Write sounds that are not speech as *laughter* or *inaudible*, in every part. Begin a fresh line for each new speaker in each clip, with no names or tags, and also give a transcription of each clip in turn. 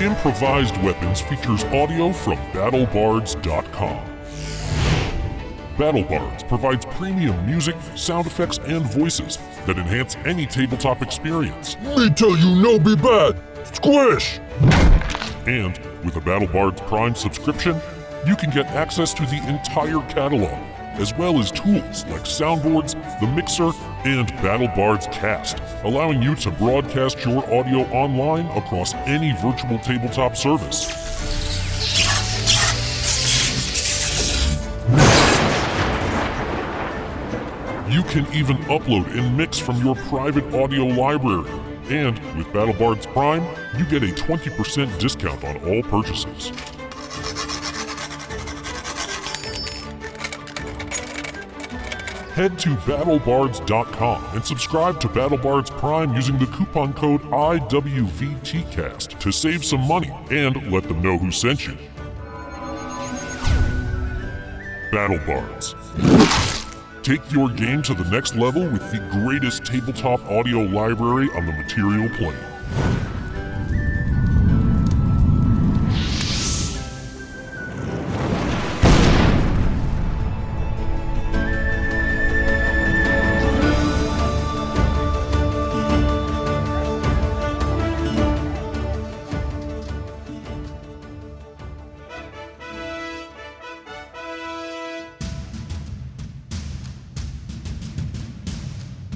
Improvised Weapons features audio from BattleBards.com. BattleBards provides premium music, sound effects, and voices that enhance any tabletop experience.
Me tell you no be bad. Squish!
And with a BattleBards Prime subscription, you can get access to the entire catalog, as well as tools like soundboards, the mixer, and BattleBards Cast, allowing you to broadcast your audio online across any virtual tabletop service. You can even upload and mix from your private audio library. And with BattleBards Prime, you get a 20% discount on all purchases. Head to battlebards.com and subscribe to BattleBards Prime using the coupon code IWVTCast to save some money and let them know who sent you. BattleBards. Take your game to the next level with the greatest tabletop audio library on the material plane.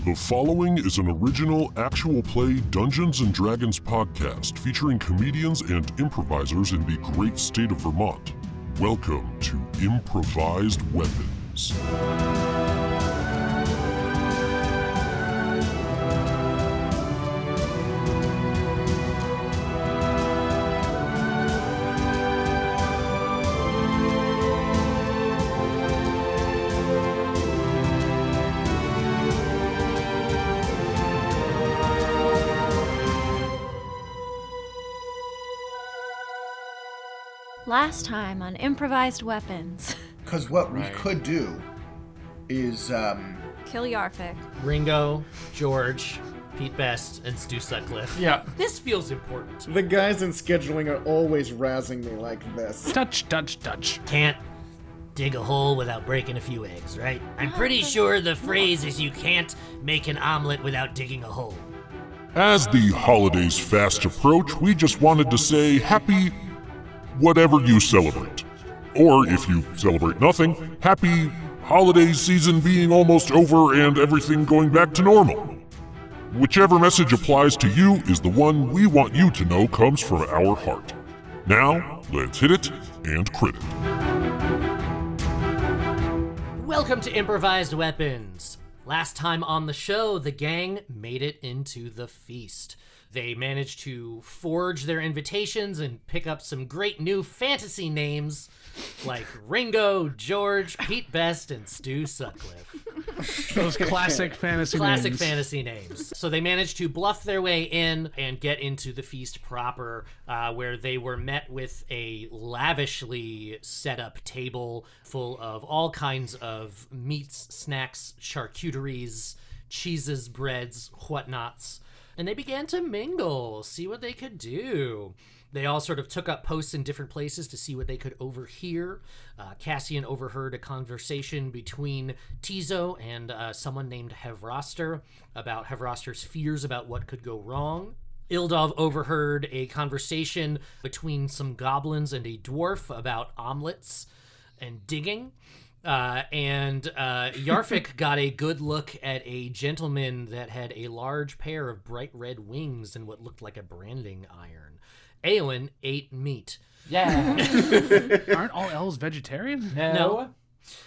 The following is an original actual play Dungeons and Dragons podcast featuring comedians and improvisers in the great state of Vermont. Welcome to Improvised Weapons.
Last time on improvised weapons. *laughs*
Because what
Right.
we could do is, um,
Kill Yarfik.
Ringo, George, Pete Best, and Stu Sutcliffe.
Yeah.
This feels important.
The guys in scheduling are always razzing me like this.
Touch, touch, touch.
Can't dig a hole without breaking a few eggs, right? I'm pretty sure the phrase is you can't make an omelet without digging a hole.
As the holidays fast approach, we just wanted to say happy whatever you celebrate. Or if you celebrate nothing, happy holiday season being almost over and everything going back to normal. Whichever message applies to you is the one we want you to know comes from our heart. Now, let's hit it and crit it.
Welcome to Improvised Weapons. Last time on the show, the gang made it into the feast. They managed to forge their invitations and pick up some great new fantasy names like Ringo, George, Pete Best, and Stu Sutcliffe.
Those
*laughs*
classic fantasy
classic
names.
fantasy names. So they managed to bluff their way in and get into the feast proper, uh, where they were met with a lavishly set up table full of all kinds of meats, snacks, charcuteries, cheeses, breads, whatnots. And they began to mingle, see what they could do. They all sort of took up posts in different places to see what they could overhear. Uh, Cassian overheard a conversation between Tizo and uh, someone named Hevroster about Hevroster's fears about what could go wrong. Ildov overheard a conversation between some goblins and a dwarf about omelets and digging. Uh, and uh, Yarfik got a good look at a gentleman that had a large pair of bright red wings and what looked like a branding iron. Aowen ate meat.
Aren't all elves vegetarian?
No.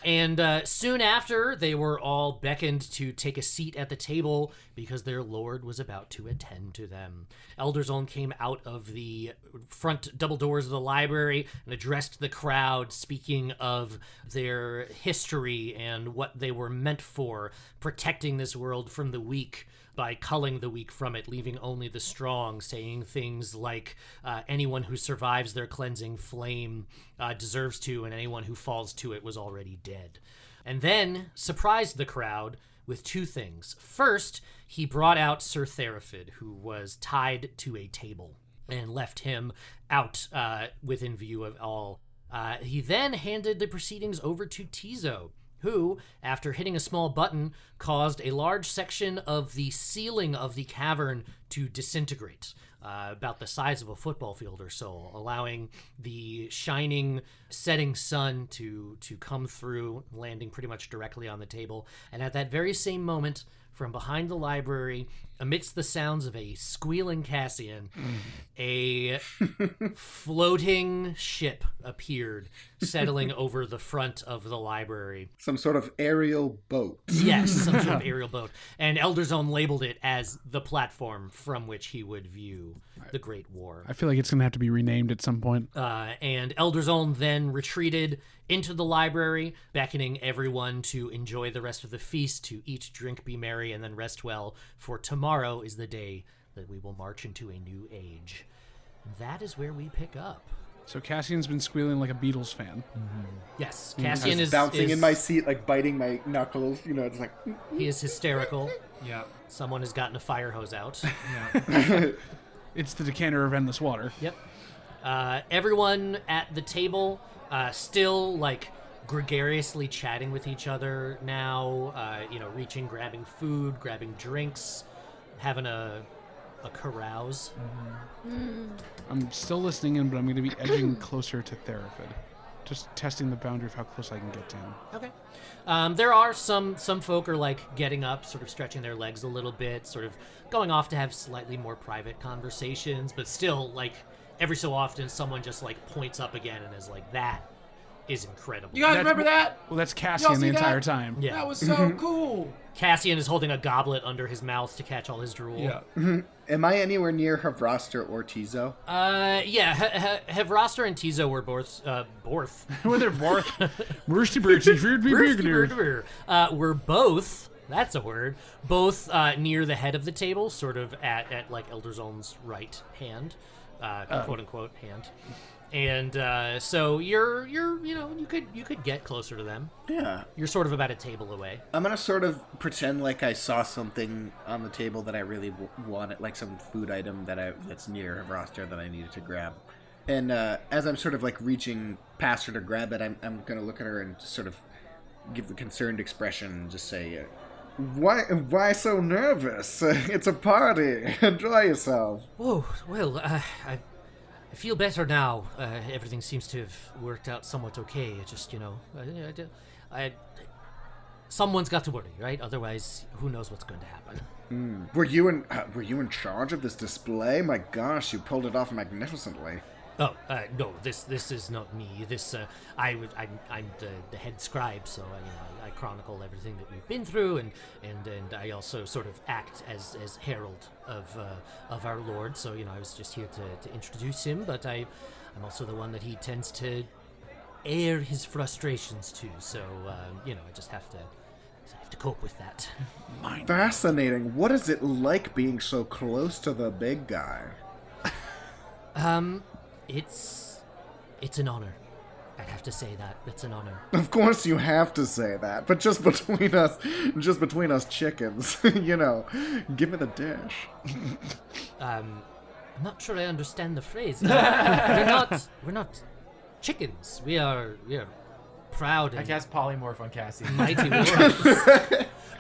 And uh, soon after, they were all beckoned to take a seat at the table because their lord was about to attend to them. Elderzone came out of the front double doors of the library and addressed the crowd, speaking of their history and what they were meant for, protecting this world from the weak by culling the weak from it, leaving only the strong, saying things like uh, anyone who survives their cleansing flame uh, deserves to, and anyone who falls to it was already dead. And then surprised the crowd with two things. First, he brought out Sir Therafid, who was tied to a table. and left him out uh, within view of all. Uh, he then handed the proceedings over to Tizo, who, after hitting a small button, caused a large section of the ceiling of the cavern to disintegrate, uh, about the size of a football field or so, allowing the shining setting sun to to come through, landing pretty much directly on the table. And at that very same moment, from behind the library, amidst the sounds of a squealing Cassian, a floating ship appeared,
*laughs*
settling over the front of the library.
Some sort of aerial boat.
Yes, some
*laughs*
sort of aerial boat. And Elderzone labeled it as the platform from which he would view the Great War.
I feel like it's gonna have to be renamed at some point.
Uh, and Elderzone then retreated into the library, beckoning everyone to enjoy the rest of the feast, to eat, drink, be merry, and then rest well, for tomorrow is the day that we will march into a new age. That is where we pick up.
So Cassian's been squealing like a Beatles fan.
Yes,
I
Cassian
was
is
Mm, bouncing
is-
in my seat, like biting my knuckles. You know, it's like
He is hysterical.
Yeah.
Someone has gotten a fire hose out.
Yeah.
It's the decanter of endless water.
Yep. Uh, everyone at the table uh, still like gregariously chatting with each other now. Uh, you know, reaching, grabbing food, grabbing drinks, having a a carouse.
I'm still listening in, but I'm gonna be
*laughs*
edging closer to Therafid. Just testing the boundary of how close I can get to him.
Okay. Um, there are some some folk are like getting up, sort of stretching their legs a little bit, sort of going off to have slightly more private conversations, but still like every so often someone just like points up again and is like, "That is incredible."
You guys
That's-
remember that?
Well, that's
Y'all
Cassian the
see
entire
that?
time. *laughs*
Yeah.
That was so cool.
Cassian is holding a goblet under his mouth to catch all his drool.
Yeah.
Am I anywhere near Havraster or Tizo?
Uh, yeah. He- he- Hevroster and Tizo were both, uh, both,
Where they're
*laughs*
barth. Roosty Birchy, Fruit Be Brigadier.
uh, were both. That's a word. Both uh, near the head of the table, sort of at, at like Elderzone's right hand, uh, quote unquote hand. And uh, so you're you're you know you could you could get closer to them.
Yeah.
You're sort of about a table away.
I'm gonna sort of pretend like I saw something on the table that I really w- wanted, like some food item that I that's near a roster that I needed to grab. And uh, as I'm sort of like reaching past her to grab it, I'm, I'm gonna look at her and just sort of give the concerned expression and just say, uh,
Why? Why so
*laughs*
nervous? It's a party. Enjoy yourself.
Whoa, well, uh, I, I feel better now. Uh, everything seems to have worked out somewhat okay. It just, you know, uh, I, I d- I- someone's got to worry, right? Otherwise, who knows what's going to happen.
Were you in? Uh, were you in charge of this display? My gosh, you pulled it off magnificently.
Oh, uh, no, this this is not me. This, uh, I, w- I'm, I'm the, the head scribe, so, uh, you know, I, I chronicle everything that we've been through, and, and, and I also sort of act as, as herald of, uh, of our lord, so, you know, I was just here to, to introduce him, but I, I'm also the one that he tends to air his frustrations to. So um, you know, I just have to I have to cope with that.
Fascinating. What is it like being so close to the big guy?
Um, it's it's an honor. I'd have to say that it's an honor.
Of course, you have to say that, but just *laughs* between us, just between us chickens, *laughs* you know, give me the dish.
Um, I'm not sure I understand the phrase. we're not we're not chickens. We are we are proud
I
and
cast polymorph on Cassie.
mighty warriors.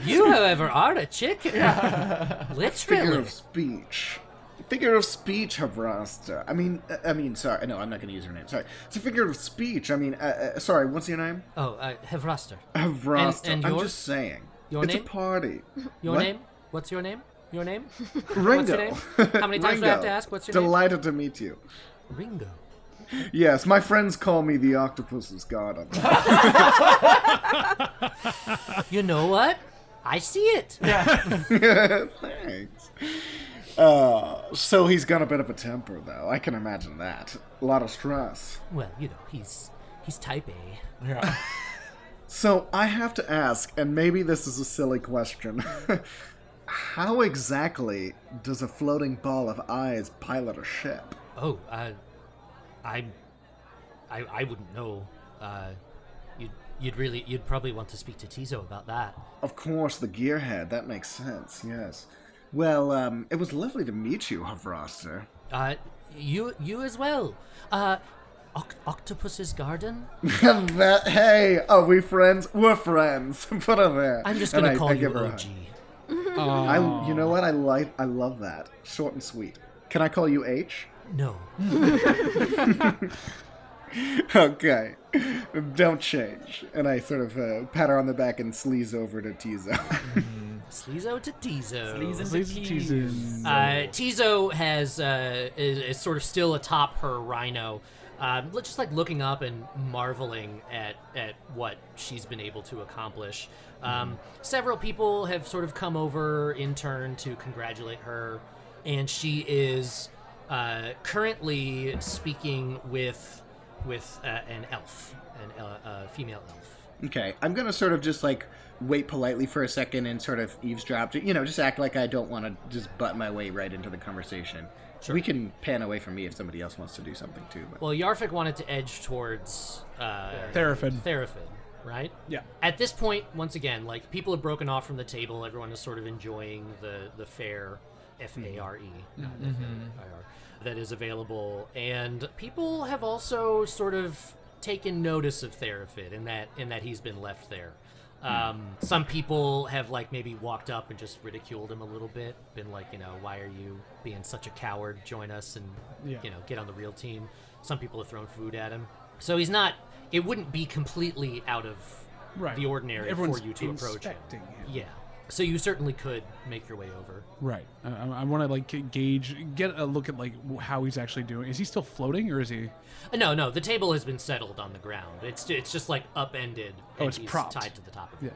you, however, are a chicken.
Figure
Literally.
of speech. Figure of speech, Havrasta. I mean, uh, I mean, sorry, no, I'm not going to use her name. Sorry, it's a figure of speech. I mean, uh, uh, sorry, what's your name?
Oh, uh,
*laughs*
Hevraster.
Havrasta.
and
I'm
yours?
just saying.
Your
it's
name?
a
*laughs*
party.
Your
What?
name? What's your name? Your
*laughs*
name? What's your
Ringo. *laughs*
name? How many times do I have
Ringo.
to ask? What's your name?
Delighted to meet you.
Ringo.
Yes, my friends call me the Octopus's God. on that.
You know what? I see it.
Thanks. Uh, so he's got a bit of a temper, though. I can imagine that. A lot of stress.
Well, you know, he's he's type A.
*laughs* Yeah.
So I have to ask, and maybe this is a silly question. *laughs* How exactly does a floating ball of eyes pilot a ship?
Oh, uh, I, I, I wouldn't know. Uh, you'd you'd really you'd probably want to speak to Tizo about that.
Of course, the gearhead, that makes sense, yes. Well, um, it was lovely to meet you, Havraster.
Uh, you you as well. Uh, oc- octopus's garden.
*laughs* That- hey, are we friends? We're friends. *laughs* Put her there.
I'm just
And
gonna
I-
call
I
you
give her a
OG.
hug. I, you know what? I like. I love that. Short and sweet. Can I call you
*laughs*
H?
No,
Okay. Don't change. And I sort of uh, pat her on the back and sleaze over to Tizo.
Sleezo to Tizo.
Please tease in.
Uh, Tizo has uh, is, is sort of still atop her rhino, um, li- just like looking up and marveling at at what she's been able to accomplish. Um, Several people have sort of come over in turn to congratulate her, and she is uh, currently speaking with with uh, an elf, an el- a female elf.
*laughs* Okay, I'm gonna sort of just like wait politely for a second and sort of eavesdrop. You know, just act like I don't want to just butt my way right into the conversation. We can pan away from me if somebody else wants to do something too. But
Well, Yarfik wanted to edge towards uh,
Therafin.
Therafin, right?
Yeah.
At this point, once again, like people have broken off from the table. Everyone is sort of enjoying the the fair, F A R E, not F A I R, E, that is available, and people have also sort of taken notice of Therafin in that in that he's been left there. Um, some people have like maybe walked up and just ridiculed him a little bit, been like, you know, why are you being such a coward? Join us and
Yeah.
you know get on the real team. Some people have thrown food at him, so he's not. It wouldn't be completely out of
Right.
the ordinary
Everyone's
for you to approach him.
inspecting him.
Yeah. So you certainly could make your way over.
Right. I, I want to like g- gauge, get a look at like w- how he's actually doing. Is he still floating or is he?
Uh, No, no, the table has been settled on the ground. It's it's just like upended.
Oh,
and
it's
he's
propped.
tied to the top of it.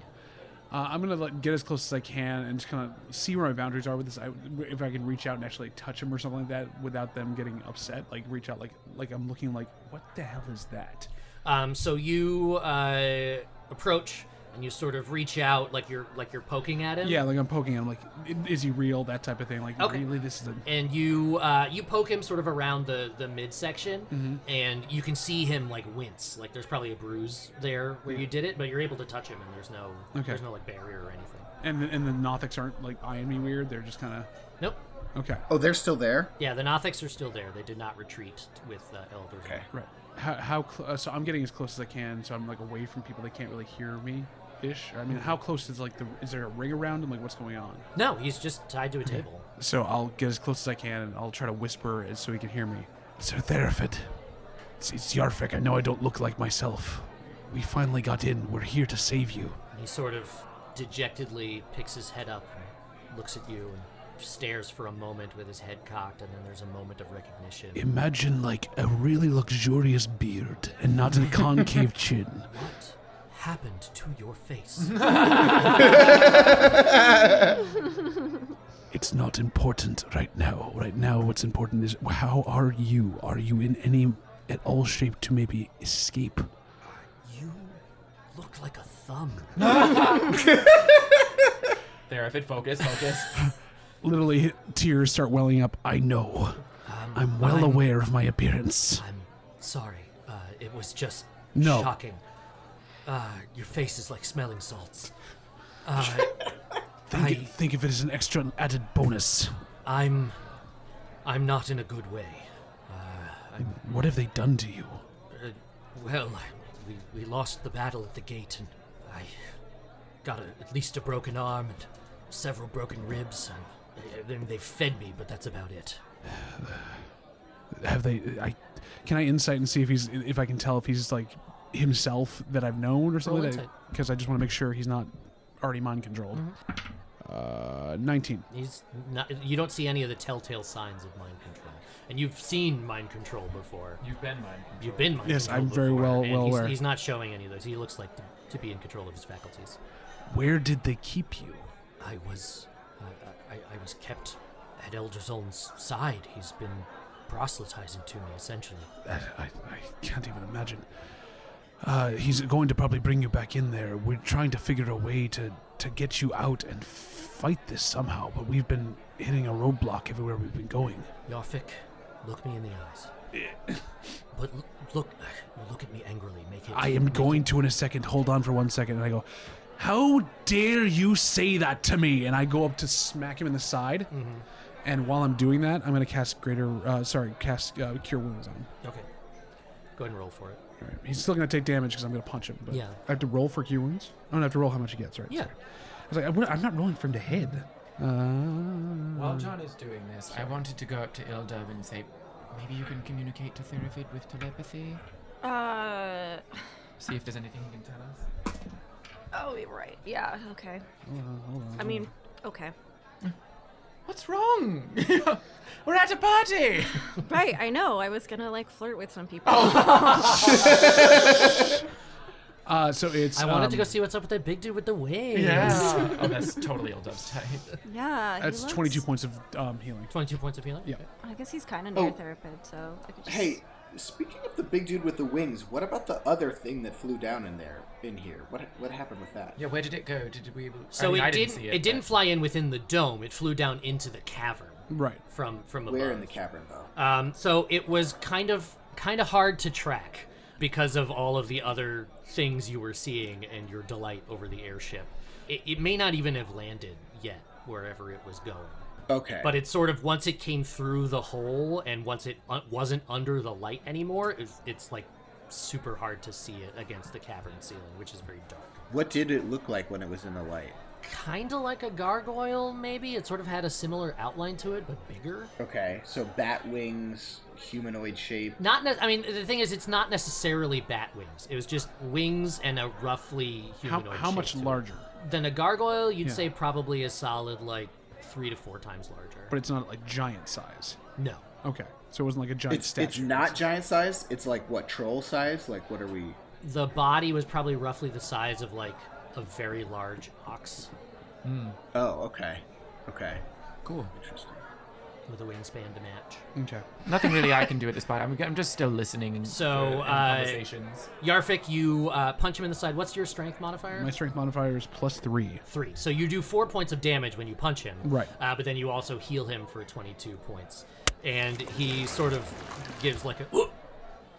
Uh, I'm gonna like, get as close as I can and just kind of see where my boundaries are with this. I, if I can reach out and actually touch him or something like that without them getting upset, like reach out like like I'm looking like what the hell is that?
Um, so you uh, approach and you sort of reach out like you're like you're poking at him.
Yeah, like I'm poking him, like "I- is he real? That type of thing. Like
Um, Okay.
really, this is a
and you uh, you poke him sort of around the the midsection,
Mm-hmm.
and you can see him like wince. Like there's probably a bruise there where you did it, but you're able to touch him, and there's no
Okay.
there's no like barrier or anything.
and the, and the Nothics aren't like eyeing me weird. They're just kind
Nope.
of okay,
oh, they're still there.
Yeah, the Nothics are still there. They did not retreat with uh, Elder. Okay.
right? How, how cl- uh, so? I'm getting as close as I can, so I'm like away from people that can't really hear me. Ish. I mean, how close is like the? Is there a ring around him? Like, what's going on?
No, he's just tied to a table.
So I'll get as close as I can and I'll try to whisper it so he can hear me. So Therafit, it's, it's Yarfik. I know I don't look like myself. We finally got in. We're here to save you.
And he sort of dejectedly picks his head up, and looks at you, and stares for a moment with his head cocked, and then there's a moment of recognition.
Imagine like a really luxurious beard and not a *laughs* concave chin.
What happened to your face?
It's not important right now. Right now, what's important is how are you? Are you in any at all shape to maybe escape?
you look like a thumb.
There, if it focus, focus.
Literally, tears start welling up. I know.
Um,
I'm well
mine-
aware of my appearance.
I'm sorry. Uh, it was just
No.
shocking. Uh, your face is like smelling salts. Uh,
Think,
I-
think of it as an extra added bonus.
I'm, I'm not in a good way.
What have they done to you?
Uh, well, I- we, we lost the battle at the gate, and I got a, at least a broken arm and several broken ribs. And they, they fed me, but that's about it.
Have they? I can I insight and see if he's if I can tell if he's like himself that I've known or something.
insight.
Because I just want to make sure he's not already mind controlled.
Mm-hmm.
Uh, nineteen.
He's not, you don't see any of the telltale signs of mind control, and you've seen mind control before.
You've been mine.
You've been mind
Yes,
controlled
I'm very
before,
well-
and
well
he's,
aware.
He's not showing any of those. He looks like to, to be in control of his faculties.
Where did they keep you?
I was, I, I, I was kept at Elder Zolan's side. He's been proselytizing to me essentially.
I, I, I can't even imagine. Uh, he's going to probably bring you back in there. We're trying to figure a way to, to get you out and fight this somehow, but we've been hitting a roadblock everywhere we've been going.
Yarfik, look me in the eyes. but look, look, look at me angrily. Make it.
I am going to in a second. Hold on for one second. And I go, How dare you say that to me? And I go up to smack him in the side.
Mm-hmm.
And while I'm doing that, I'm going to cast greater, uh, sorry, cast uh, cure wounds on him.
Okay. Go ahead and roll for it.
All right. He's still going to take damage because I'm going to punch him. But
Yeah.
I have to roll for cure wounds. Oh, I don't have to roll how much he gets, right?
Yeah.
Sorry. I was like, I wouldn't- I'm not rolling from the head. Uh,
While John is doing this, I wanted to go up to Ildov and say, maybe you can communicate to Theravid with telepathy.
Uh.
See if there's anything he can tell us.
Oh, you're right. Yeah. Okay. I mean, okay.
What's wrong? *laughs* We're at a party.
Right. I know. I was gonna like flirt with some people.
Oh, uh, so it's.
I wanted
um,
to go see what's up with that big dude with the waves.
*laughs* oh, that's totally Ildov's type.
Yeah. he
That's
looks-
22 points of um, healing.
22 points of healing?
Yeah.
I guess he's kind of near
Oh.
Therapid, so I could just. Um,
Hey, speaking of the big dude with the wings, what about the other thing that flew down in there, in here? What what happened with that?
Yeah, where did it go? Did we?
So
I mean,
it
I didn't,
didn't,
see
it,
it. but-
didn't fly in within the dome. It flew down into the cavern
Right.
from from above.
Where in the cavern though?
Um, so it was kind of kind of hard to track because of all of the other things you were seeing and your delight over the airship. It, it may not even have landed yet wherever it was going.
Okay.
But it's sort of once it came through the hole and once it uh, wasn't under the light anymore, it's, it's like super hard to see it against the cavern ceiling, which is very dark.
what did it look like when it was in the light?
Kind of like a gargoyle, maybe. It sort of had a similar outline to it, but bigger.
Okay, so bat wings, humanoid shape.
Not, ne- I mean, the thing is, it's not necessarily bat wings. It was just wings and a roughly
How,
humanoid.
how
shape
much
to it.
larger?
Than a gargoyle, you'd
Yeah.
say probably a solid like three to four times larger.
But it's not like giant size.
no,
Okay. So it wasn't like a giant
It's
statue.
it's not giant size. It's like what troll size? Like what are we?
the body was probably roughly the size of like a very large ox
Oh, okay, okay,
cool.
interesting.
with a wingspan to match.
Okay.
Nothing really I can do at this point. I'm, I'm just still listening. and-
So,
for- and
uh,
conversations.
Yarfik, you uh, punch him in the side. What's your strength modifier?
My strength modifier is plus three.
three. So you do four points of damage when you punch him.
Right.
Uh, but then you also heal him for 22 points. And he sort of gives like a. "Ooh,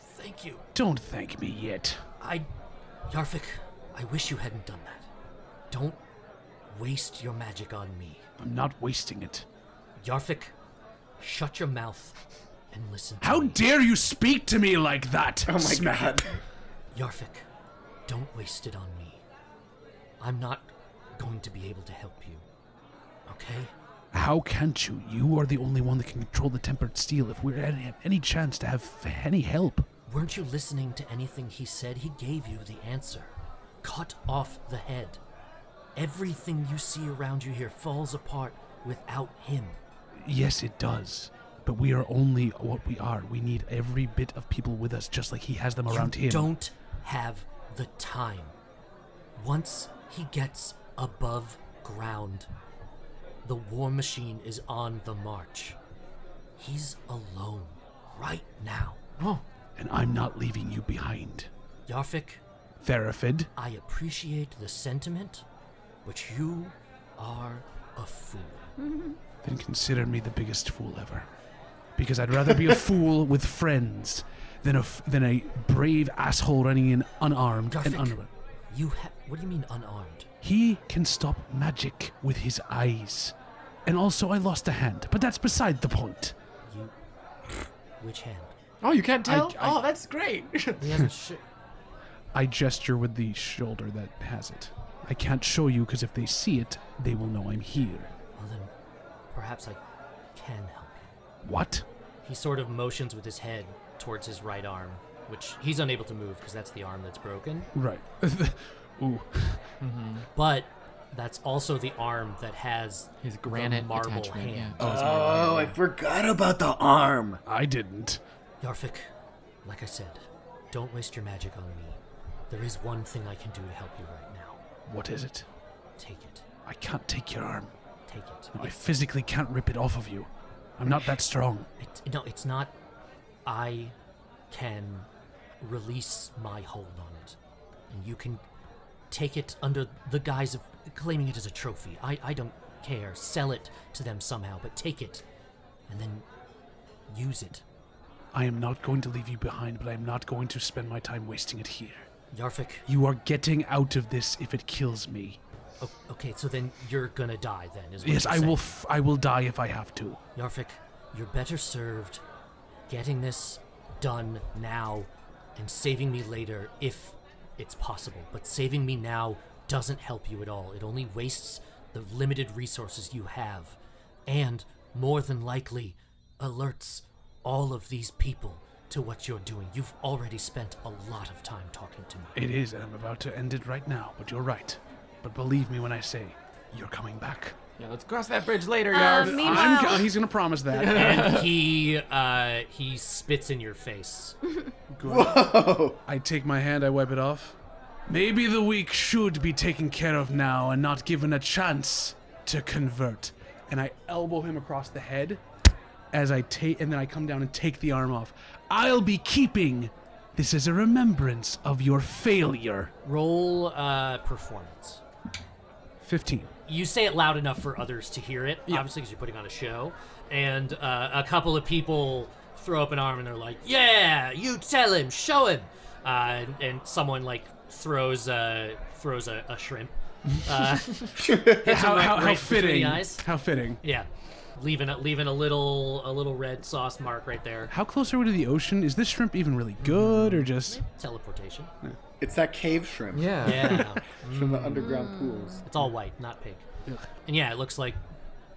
Thank you.
Don't thank me yet.
I. Yarfik, I wish you hadn't done that. Don't waste your magic on me.
I'm not wasting it.
Yarfik, shut your mouth and listen to
How
me.
dare you speak to me like that?
Oh my *laughs* god.
Yarfik, don't waste it on me. I'm not going to be able to help you. Okay?
How can't you? You are the only one that can control the tempered steel. If we had had any chance to have any help,
Weren't you listening to anything he said? He gave you the answer. Cut off the head. Everything you see around you here falls apart without him.
yes, it does. But we are only what we are. We need every bit of people with us, just like he has them around
you
him.
don't have the time. Once he gets above ground, the war machine is on the march. He's alone right now.
Oh.
And I'm not leaving you behind,
Yarfik,
Therafid.
I appreciate the sentiment, but you are a fool.
Then consider me the biggest fool ever, because I'd rather
*laughs*
be a fool with friends than a f- than a brave asshole running in unarmed and
Yarfik,
unarmed.
You ha- what do you mean unarmed?
He can stop magic with his eyes. And also, I lost a hand, but that's beside the point.
You which hand?
Oh, you can't tell?
I-
oh, that's great.
He
*laughs*
hasn't sh-
I gesture with the shoulder that has it. I can't show you because if they see it, they will know I'm here.
Well then, perhaps I can help you.
What?
He sort of motions with his head towards his right arm, which he's unable to move because that's the arm that's broken.
Right. *laughs* Ooh.
But that's also the arm that has
His
the
granite
marble
attachment, yeah.
hand.
Oh, it's
Oh, I forgot about the arm.
I didn't.
Yarfik, like I said, don't waste your magic on me. There is one thing I can do to help you right now.
What is it?
Take it.
I can't take your arm.
Take it.
I physically can't rip it off of you. I'm not that strong.
It, no, it's not. I can release my hold on it, and you can take it under the guise of claiming it as a trophy. I, I don't care. Sell it to them somehow, but take it, and then use it.
I am not going to leave you behind, but I am not going to spend my time wasting it here.
Yarfik.
You are getting out of this if it kills me.
O- okay, so then you're gonna die. Then is what
Yes,
you're
I will.
saying.
F- I will die if I have to.
Yarfik, you're better served getting this done now and saving me later if it's possible. But saving me now doesn't help you at all. It only wastes the limited resources you have and more than likely alerts all of these people to what you're doing. You've already spent a lot of time talking to me.
*laughs* It is, and I'm about to end it right now. But you're right. But believe me when I say, you're coming back.
Yeah, let's cross that bridge later,
Uh,
Yarf.
I'm,
meanwhile,
go- he's gonna promise that.
and he uh, he spits in your face.
Whoa!
I take my hand. I wipe it off. Maybe the weak should be taken care of now and not given a chance to convert. And I elbow him across the head as I take, and then I come down and take the arm off. I'll be keeping this as a remembrance of your failure.
Roll uh, performance.
15.
you say it loud enough for others to hear it, obviously obviously, because you're putting on a show. And uh, a couple of people throw up an arm and they're like, "Yeah, you tell him, show him." Uh, and, and someone like throws a throws a, a shrimp. Uh,
How,
right-
how, how
right between the
fitting.
eyes.
How fitting.
yeah, leaving a, leaving a little a little red sauce mark right there.
How close are we to the ocean? Is this shrimp even really good or just.
Teleportation.
It's that cave shrimp
Yeah.
Yeah,
from the underground pools.
it's all white, not pink. And yeah, it looks like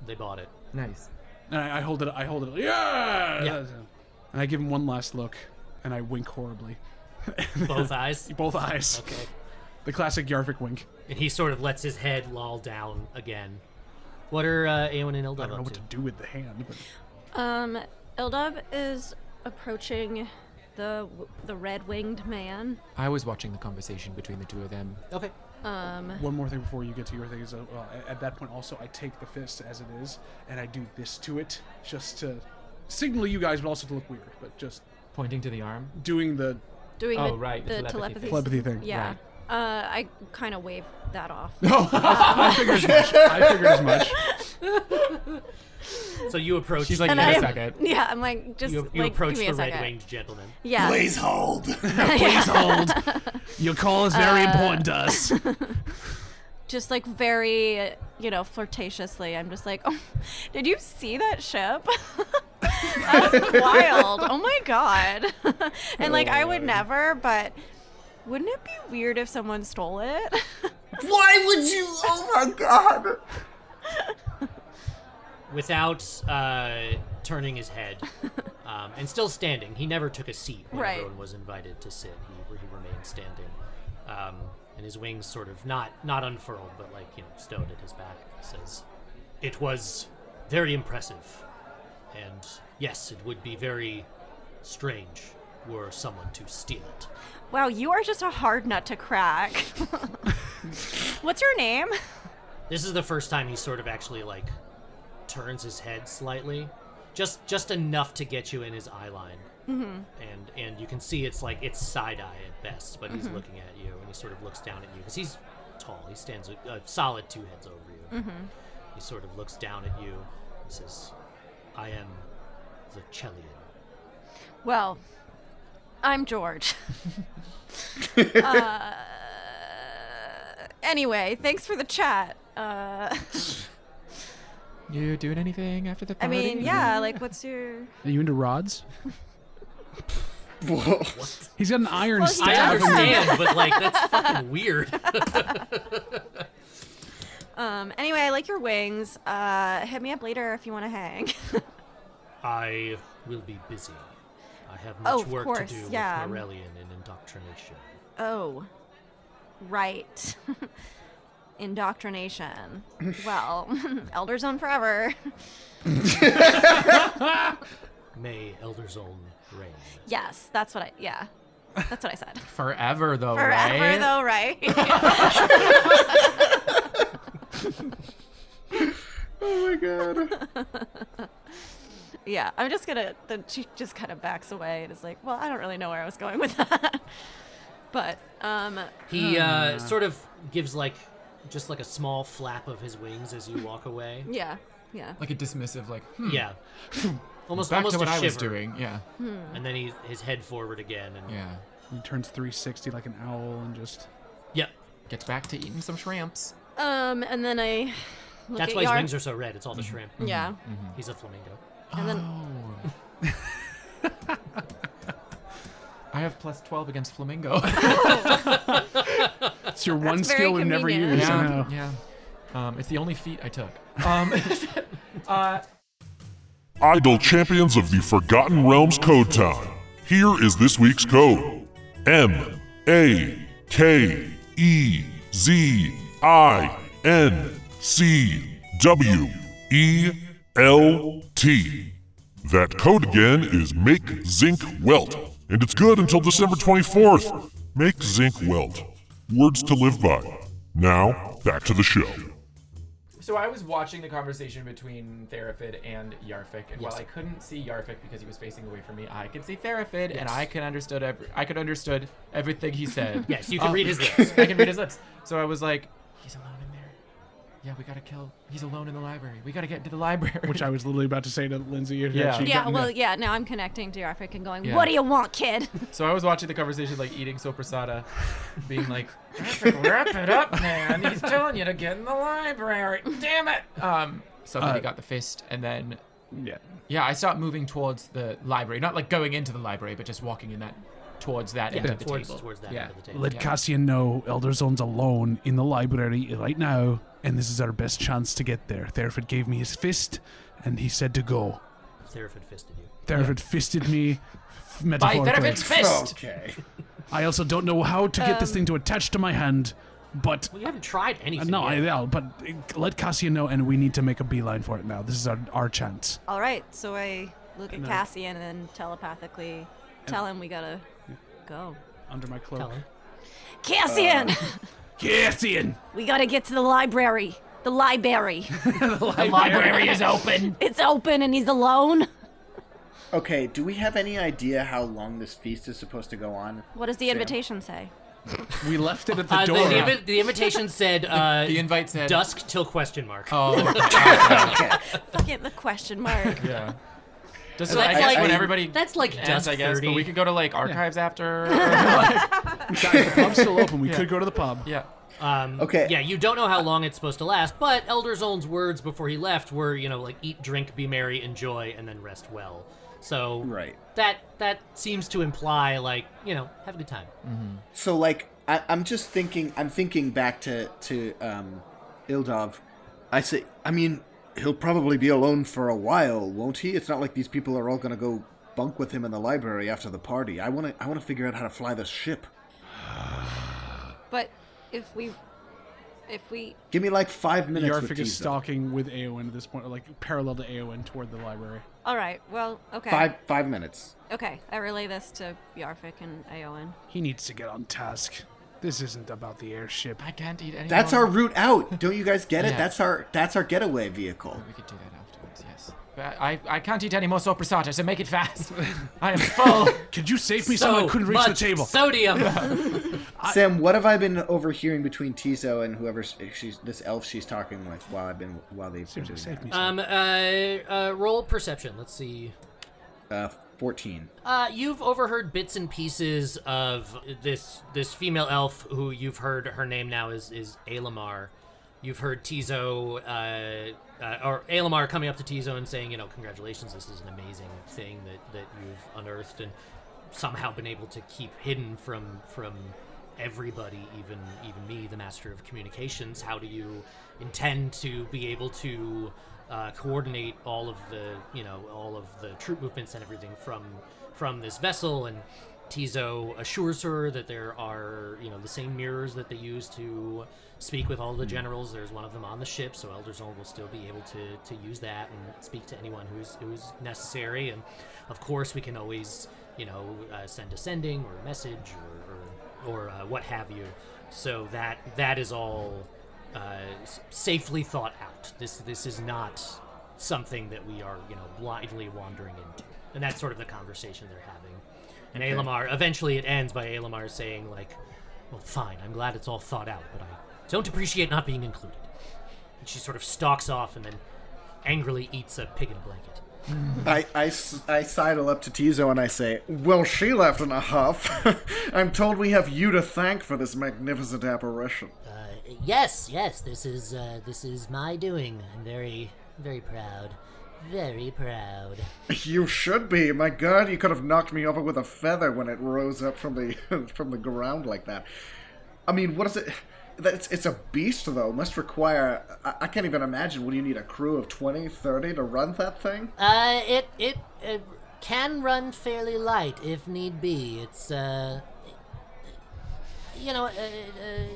they bought it.
Nice.
And I, I hold it. I hold it. Yeah!
Yeah.
And I give him one last look and I wink horribly.
Both eyes.
Both eyes.
Okay.
The classic Yarvik wink.
And he sort of lets his head loll down again. What are uh, Aowen and
I
Eldon
don't know
up
what
to?
to do with the hand, but
Um, Ildov is approaching the w- the red-winged man.
I was watching the conversation between the two of them.
Okay.
Um,
one more thing before you get to your thing is uh, well, a- at that point also I take the fist as it is and I do this to it just to signal you guys, but also to look weird. But just
Pointing to the arm.
doing the
doing
Oh,
the,
right,
the,
the telepathy
telepathy.
thing.
telepathy thing.
Yeah.
Right.
Uh, I kind of wave that
*laughs*
off.
Oh, I figured as much. I figured as much.
So you approach.
She's like,
And
in
I *laughs*
a
am-
second.
Yeah, I'm like just
you, you
like
approach
give me a
the
second.
red-winged gentleman.
Yeah.
Please hold. *laughs*
Please hold. Your call is very important to us.
just like very you know flirtatiously i'm just like *laughs* oh did you see that ship *laughs* that's wild oh my god *laughs* and like i would never but wouldn't it be weird if someone stole it *laughs*
Why would you? Oh my god.
Without uh, turning his head, um, and still standing. He never took a seat when
Right.
everyone was invited to sit. He, he remained standing, um, and his wings sort of not not unfurled, but like you know, stowed at his back. Says, "It was very impressive, and yes, it would be very strange were someone to steal it."
wow you are just a hard nut to crack *laughs* what's your name
This is the first time he sort of actually like turns his head slightly, just just enough to get you in his eye line,
Mm-hmm.
and and you can see it's like it's side eye at best, but
Mm-hmm.
he's looking at you and he sort of looks down at you because he's tall. He stands a, a solid two heads over you.
Mm-hmm.
He sort of looks down at you. He says, "I am the Chelian."
well i'm george uh, anyway thanks for the chat uh,
You doing anything after the
i
party?
mean yeah like what's your
Are you into
*laughs*
rods?
Whoa.
He's got an iron
Well, he
staff.
I
Yeah.
understand, but like that's fucking weird. *laughs*
Um, anyway, I like your wings. Uh, hit me up later if you want to hang. *laughs*
I will be busy. I have much
Oh, of
work
course,
to do
yeah.
with Morellian and indoctrination.
oh, right. *laughs*
*laughs*
Indoctrination. Well, *laughs* Elder Zone forever. *laughs*
May Elder's own reign.
Yes, that's what I. Yeah, that's what I
*laughs*
said.
Forever though,
Forever
right?
though,
*laughs*
right? *laughs*
Oh my god.
yeah, I'm just gonna. Then she just kind of backs away and is like, "Well, I don't really know where I was going with *laughs* that." but um,
He uh,
Hmm.
sort of gives like just like a small flap of his wings as you walk away.
yeah, yeah.
Like a dismissive, like hmm,
Yeah. Almost
back
almost
to what
a
I was
shiver.
doing. Yeah.
And then he his head forward again and
Yeah.
He turns 360 like an owl and just.
Yep.
Gets back to eating some shrimps.
Um, and then I. Look
That's
at
why his
Yar-
wings are so red. It's all
Mm-hmm.
the shrimp. Mm-hmm.
Yeah.
He's a flamingo.
And then
Oh. I have plus 12 against Flamingo.
It's your
very
one skill we've never
convenient.
used. I
*laughs* yeah.
know.
*laughs* yeah. Um, it's the only feat I took. Um,
Idle champions of the Forgotten Realms code time. Here is this week's code M A K E Z I N C W E L T. That code again is Make Zinc Welt, and it's good until December 24th. Make Zinc Welt. Words to live by. Now, back to the show.
So I was watching the conversation between Therafid and Yarfik, and while I couldn't see Yarfik because he was facing away from me, I could see Therafid, and I could understood every, I could understood everything he said.
*laughs* Yes, you can
Um,
read
*laughs*
his lips.
I can read his lips. So I was like, he's alone in there. Yeah, we gotta kill. He's alone in the library. We gotta get to the library.
Which I was literally about to say to Lindsay.
Yeah.
yeah, well, yeah. Now I'm connecting to Yarfik and going,
Yeah.
"What do you want, kid?"
*laughs* So I was watching the conversation, like eating soprasada, being
*laughs*
like, "Yarfik, wrap it up, man. He's telling you to get in the library. Damn it. Um. So then
Uh,
he got the fist, and then
yeah.
Yeah, I start moving towards the library, not like going into the library, but just walking in that towards that end of the
towards,
table.
towards that
yeah.
end of the table.
Let Cassian know Elder Zone's alone in the library right now, and this is our best chance to get there. Thereford gave me his fist, and he said to go.
Therafid fisted you.
Thereford fisted me, f-
By
metaphorically.
Therapid's fist.
Okay.
I also don't know how to get this
Um,
thing to attach to my hand, but
Well, you haven't tried anything.
no, I
yet.
will. But uh, let Cassian know, and we need to make a beeline for it now. This is our, our chance.
All right, so I look at Cassian and then telepathically tell him we gotta go.
Under my cloak.
Tell him.
Cassian,
Cassian!
*laughs* we gotta get to the library. The library.
The library is open.
It's open and he's alone.
Okay, do we have any idea how long this feast is supposed to go on?
What does the invitation say?
We left
*laughs*
it at the
Uh, the,
door.
the, invi- the invitation said uh,
*laughs* The invite said.
dusk till question mark.
Oh,
Fuck it, the question mark.
*laughs*
yeah. Just
So
like,
that's
I guess
like-
when everybody
that's like
ends,
dusk
I guess, but
30.
we could go to like archives
*laughs*
after. or-
Guys, the pub's still open. We could go to the pub.
yeah.
Um,
Okay.
Yeah, you don't know how long it's supposed to last, but Elder Zone's words before he left were, you know, like eat, drink, be merry, enjoy, and then rest well. So
Right.
that that seems to imply like you know have a good time.
So like I, I'm just thinking I'm thinking back to to um Ildov. I say I mean he'll probably be alone for a while, won't he? It's not like these people are all gonna go bunk with him in the library after the party. I wanna I wanna figure out how to fly this ship.
But if we, if we,
Give me like five minutes. with
Yarfik is
Tizo.
stalking with Aowen at this point, or like parallel to Aowen toward the library.
all right, well, okay,
Five five minutes.
okay. I relay this to Yarfik and Aowen.
He needs to get on task. This isn't about the airship.
I can't eat anything.
That's our route out. Don't you guys get it?
Yeah.
That's our that's our getaway vehicle.
We could do that afterwards. Yes. But I, I can't eat any more soprasata, so make it fast. *laughs* I am full.
Could you save me
so
so I couldn't reach the
much
table? *laughs*
Sodium.
Sam, what have I been overhearing between Tizo and whoever s- she's this elf she's talking with while I've been while they've been
Seriously,
doing
save me.
um. Uh, uh. Roll perception. Let's see.
that? uh, fourteen.
Uh, you've overheard bits and pieces of this this female elf who you've heard her name now is is Alamar. You've heard Tizo uh, uh, or Alamar coming up to Tizo and saying, you know, congratulations, this is an amazing thing that that you've unearthed and somehow been able to keep hidden from from everybody, even even me, the master of communications. How do you intend to be able to uh, coordinate all of the you know all of the troop movements and everything from from this vessel? And Tizo assures her that there are you know the same mirrors that they use to speak with all the generals. There's one of them on the ship, so Elder Zone will still be able to to use that and speak to anyone who's who's necessary. And of course, we can always you know, uh, send a sending or a message or, or, or uh, what have you. So that that is all uh, s- safely thought out. This this is not something that we are you know blindly wandering into, and that's sort of the conversation they're having. And Alamar eventually it ends by Alamar saying like, "Well, fine. I'm glad it's all thought out, but I don't appreciate not being included." And she sort of stalks off and then angrily eats a pig in a blanket.
I, I s- I sidle up to Tizo and I say, Well, she left in a huff. *laughs* I'm told we have you to thank for this magnificent apparition.
Yes, yes, this is uh, this is my doing. I'm very, very proud, very proud.
You should be. My god, you could have knocked me over with a feather when it rose up from the *laughs* from the ground like that. I mean, what is it? That's, it's a beast, though. Must require. I, I can't even imagine. What do you need a crew of 20, 30 to run that thing?
Uh, it it uh, can run fairly light if need be. It's uh, you know, uh, uh,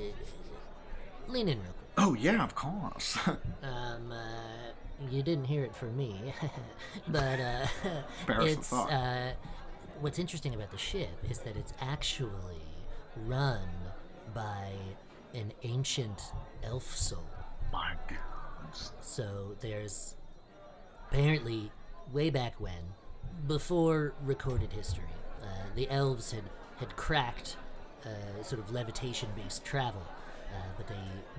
lean in real quick.
Oh, yeah, of course. *laughs*
Um, uh, you didn't hear it from me, *laughs* but uh,
*laughs* Embarrassing
it's
thought.
uh, what's interesting about the ship is that it's actually run by an ancient elf soul.
My god.
So there's apparently way back when, before recorded history, uh, the elves had had cracked uh, sort of levitation-based travel, uh, but they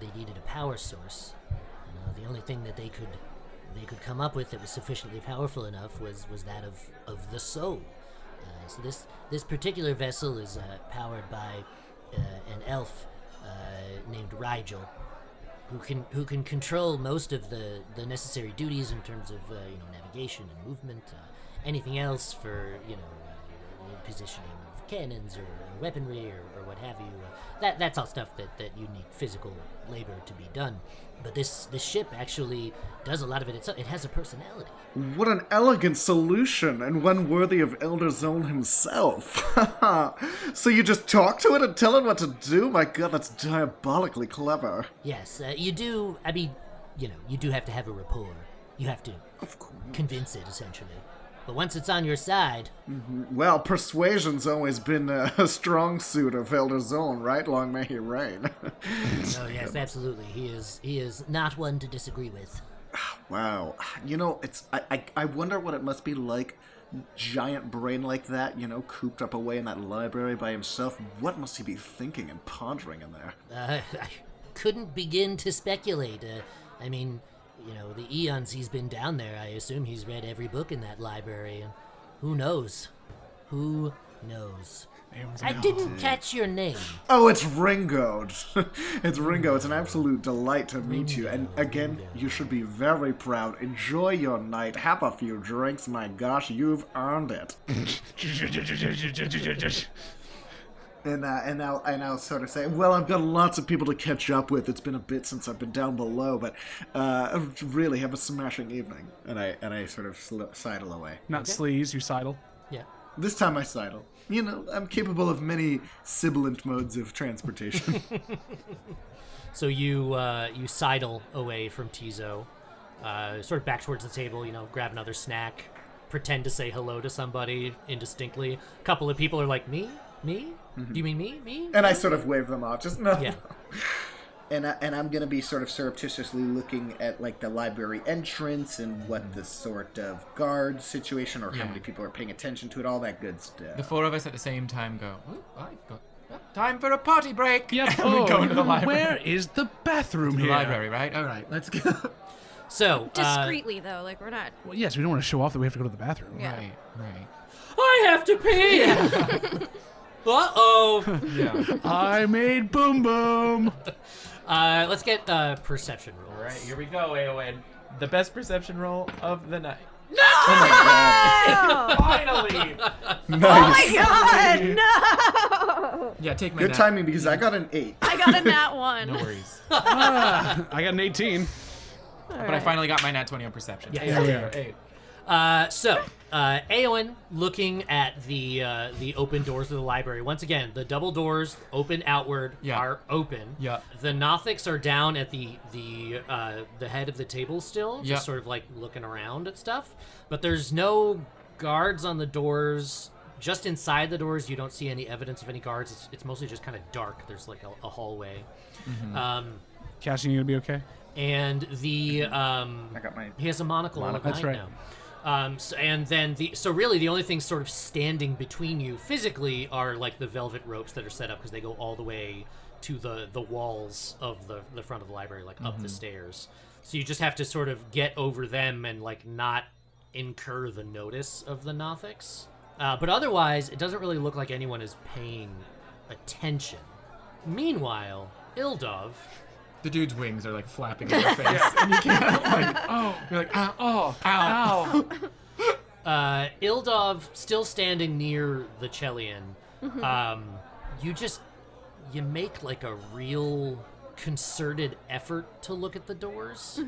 they needed a power source. You know, the only thing that they could they could come up with that was sufficiently powerful enough was was that of of the soul. Uh, so this this particular vessel is uh, powered by uh, an elf uh, named Rigel, who can who can control most of the, the necessary duties in terms of uh, you know navigation and movement, uh, anything else for you know uh, positioning of cannons or, or weaponry or, or what have you. Uh, that that's all stuff that, that you need physical labor to be done. But this this ship actually does a lot of it itself. It has a personality.
What an elegant solution, and one worthy of Elder Zone himself. *laughs* so you just talk to it and tell it what to do? My god, that's diabolically clever.
Yes, uh, you do. I mean, you know, you do have to have a rapport. You have to convince it essentially. But once it's on your side,
Well, persuasion's always been a, *laughs* a strong suit of Elder Zone, right? Long may he reign. *laughs*
oh yes, absolutely, he is he is not one to disagree with.
wow. You know, it's I, I, I wonder what it must be like giant brain like that, you know, cooped up away in that library by himself. What must he be thinking and pondering in there?
Uh, *laughs* I couldn't begin to speculate. Uh, I mean, you know, the eons he's been down there, I assume he's read every book in that library. And who knows? Who knows? I didn't catch your name.
Oh, it's Ringo. *laughs* it's Ringo. It's an absolute delight to meet you. And again, you should be very proud. Enjoy your night. Have a few drinks. My gosh, you've earned it. And uh, and I'll and I'll sort of say, well, I've got lots of people to catch up with. It's been a bit since I've been down below, but uh, really have a smashing evening. And I and I sort of sl- sidle away.
Not sleaze, you sidle.
Yeah.
This time I sidle. You know, I'm capable of many sibilant modes of transportation.
So you uh, you sidle away from Tizo, uh, sort of back towards the table. You know, grab another snack, pretend to say hello to somebody indistinctly. A couple of people are like, "Me, me?
Mm-hmm.
Do you mean me, me?"
and I sort of wave them off. Just *laughs* no.
Yeah.
And I, and I'm gonna be sort of surreptitiously looking at like the library entrance and what
Mm-hmm.
the sort of guard situation or how many people are paying attention to it, all that good
The
stuff.
four of us at the same time go, Ooh, I've got uh, time for a party break.
*laughs* Yeah, oh,
and we go into the library.
Where is the bathroom
The
here?
library, right? All right,
*laughs*
let's go.
So uh,
Discreetly though, like we're not.
Well, yes, we don't want to show off that we have to go to the bathroom.
Yeah.
Right, right.
I have to
*laughs*
pee. *laughs* uh oh.
Yeah.
I made boom boom.
Uh, let's get uh, perception rolls.
All right, here we go, Aowen. The best perception roll of the night.
*laughs* Oh,
Finally!
Nice.
God, no!
yeah, take my
Good
nap.
timing because I got an eight.
I got a nat one.
No worries.
I got an 18.
But I finally got my nat 20 on perception.
Yes.
Hey,
Yeah.
hey, hey.
Uh, so, uh, Aowen, looking at the uh, the open doors of the library once again, the double doors open outward
Yeah.
are open.
Yeah.
The Nothics are down at the the uh, the head of the table still, just
Yeah.
sort of like looking around at stuff. But there's no guards on the doors. Just inside the doors, you don't see any evidence of any guards. It's, it's mostly just kind of dark. There's like a, a hallway, um,
Cassie, you gonna be okay?
and the um,
I got my.
he has a monocle. of
That's
night
right.
Now. Um, so, and then the so really the only things sort of standing between you physically are like the velvet ropes that are set up because they go all the way to the the walls of the the front of the library, like up the stairs. So you just have to sort of get over them and like not
incur the notice of the Nothics. Uh, but otherwise, it doesn't really look like anyone is paying attention. Meanwhile, Ildov,
The dude's wings are like flapping in your face, and you can't like, oh, you're like, ah, oh, ow, ow.
uh, Ildov, still standing near the Chelian, um, you just you make like a real concerted effort to look at the doors,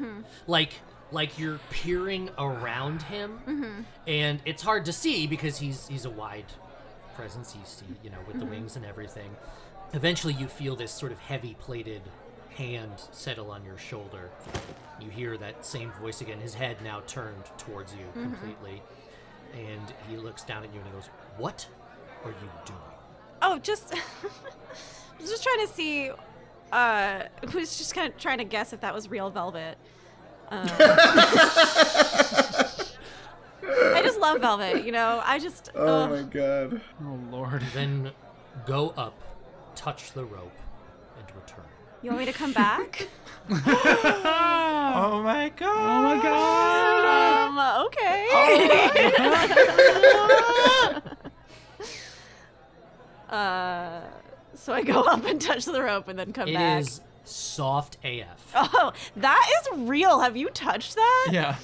like like you're peering around him, and it's hard to see because he's he's a wide presence. You see, you know, with the wings and everything. Eventually, you feel this sort of heavy-plated hand settle on your shoulder. You hear that same voice again. His head now turned towards you completely, and he looks down at you and he goes, "What are you doing?"
Oh, just *laughs* I was just trying to see. Uh, I was just kind of trying to guess if that was real velvet. Um, *laughs* I just love velvet, you know. I just
Oh
ugh.
my god.
Oh lord.
Then go up, touch the rope, and return.
you want me to
*laughs*
come back?
Oh my god.
Oh my
um,
god.
okay. *laughs* uh, so I go up and touch the rope and then come
It is
back.
soft AF.
Oh, that is real. Have you touched that?
Yeah.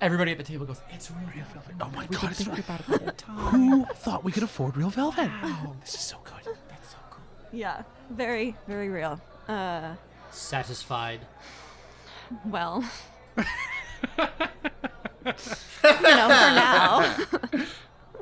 Everybody at the table goes, it's real.
Oh my god. It's right. Who thought we could afford real velvet? This is so good.
Yeah, very, very real. Uh,
Satisfied.
*laughs* well. you know, for now.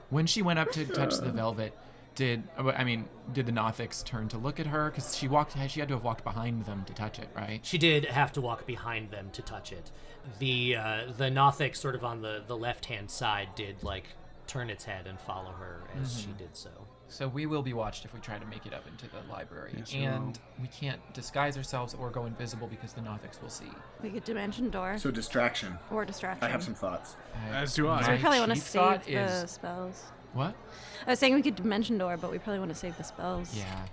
When she went up to touch the velvet, did I mean did the Nothics turn to look at her? Because she walked, she had to have walked behind them to touch it, right?
She did have to walk behind them to touch it. The uh, the Nothic, sort of on the, the left hand side, did like turn its head and follow her as
Mm-hmm.
she did so.
So we will be watched if we try to make it up into the library, and we can't disguise ourselves or go invisible because the Nothics will see.
We could dimension door
So distraction.
or distraction.
I have some thoughts.
As do I.
my
We probably want to
chief
save
thought
the
is
spells.
what?
I was saying we could dimension door, but we probably want to save the spells.
Yeah.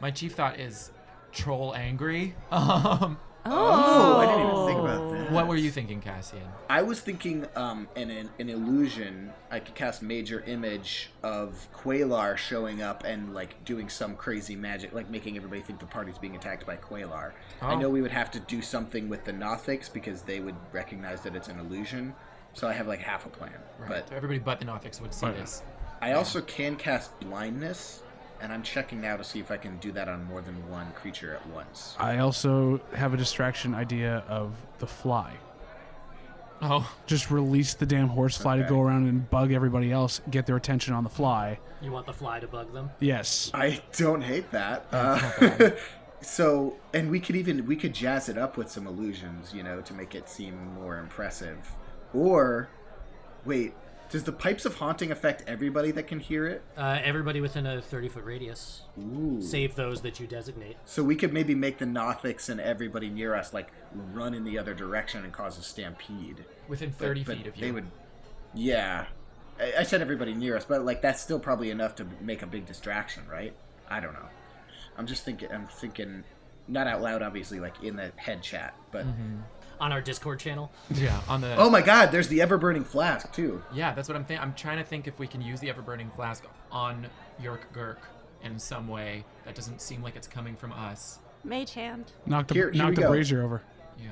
My chief thought is troll angry. *laughs* Um,
Oh, I didn't even think about that.
what were you thinking, Cassian?
I was thinking um, in an, an illusion, I could cast Major Image of Quailar showing up and like doing some crazy magic, like making everybody think the party's being attacked by Quailar. I
Oh.
know we would have to do something with the Nothics because they would recognize that it's an illusion. So I have like half a plan.
Right.
But
So everybody but the Nothics would see this.
I also can cast blindness, and I'm checking now to see if I can do that on more than one creature at once.
I also have a distraction idea of the fly.
Oh,
Just release the damn horse fly to
Okay.
go around and bug everybody else, get their attention on the fly.
You want the fly to bug them?
Yes.
I don't hate that. Uh, *laughs* so, and we could even we could jazz it up with some illusions, you know, to make it seem more impressive. Or, wait, does the pipes of haunting affect everybody that can hear it?
Uh, everybody within a 30 foot radius.
Ooh.
Save those that you designate.
So we could maybe make the Nothics and everybody near us like run in the other direction and cause a stampede.
within
But-
30
but
feet of you.
They would, yeah. I, I said everybody near us, but like that's still probably enough to make a big distraction, right? I don't know. I'm just thinking. I'm thinking, not out loud, obviously, like in the head chat. But
Mm-hmm.
On our Discord channel.
Yeah, on the
oh my God, there's the ever burning flask too.
Yeah, that's what I'm thinking. I'm trying to think if we can use the ever-burning flask on Yerk Gurk in some way that doesn't seem like it's coming from us.
Mage hand.
Knock the,
Here- here
knock
we
the
go.
brazier over.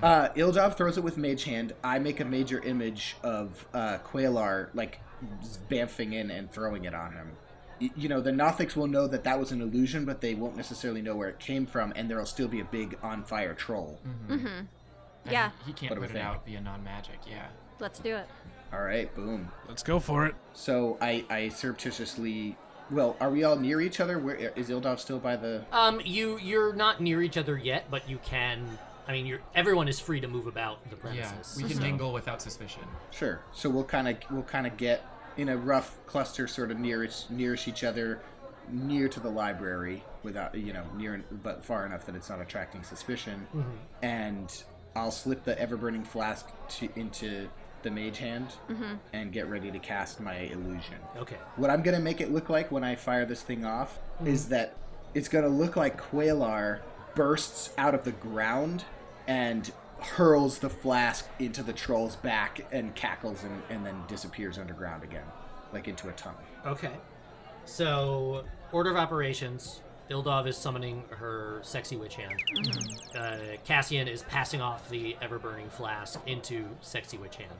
Uh, Iljob throws it with Mage Hand. I make a major image of uh, Quailar, like, z- bamfing in and throwing it on him. Y- You know, the Nothics will know that that was an illusion, but they won't necessarily know where it came from, and there'll still be a big on fire troll.
Mm. And
Yeah.
he can't
What do
put
we
it
think?
out via non-magic. Yeah.
Let's do it.
All right, boom.
Let's go for it.
So I, I surreptitiously. Well, are we all near each other? Where is Ildov still by the?
Um, you you're not near each other yet, but you can. I mean, you're everyone is free to move about the
Yeah,
premises.
we can
so-
mingle without suspicion.
Sure. So we'll kind of we'll kind of get in a rough cluster, sort of near each- nearish each other, near to the library, without you know near but far enough that it's not attracting suspicion. And I'll slip the ever burning flask to, into the mage hand and get ready to cast my illusion.
Okay.
What I'm gonna make it look like when I fire this thing off
Hmm.
is that it's gonna look like Quailar bursts out of the ground and hurls the flask into the troll's back and cackles and, and then disappears underground again, like into a tunnel.
Okay. So, order of operations. Ildov is summoning her sexy witch hand.
Mm-hmm.
Uh, Cassian is passing off the ever burning flask into sexy witch hand,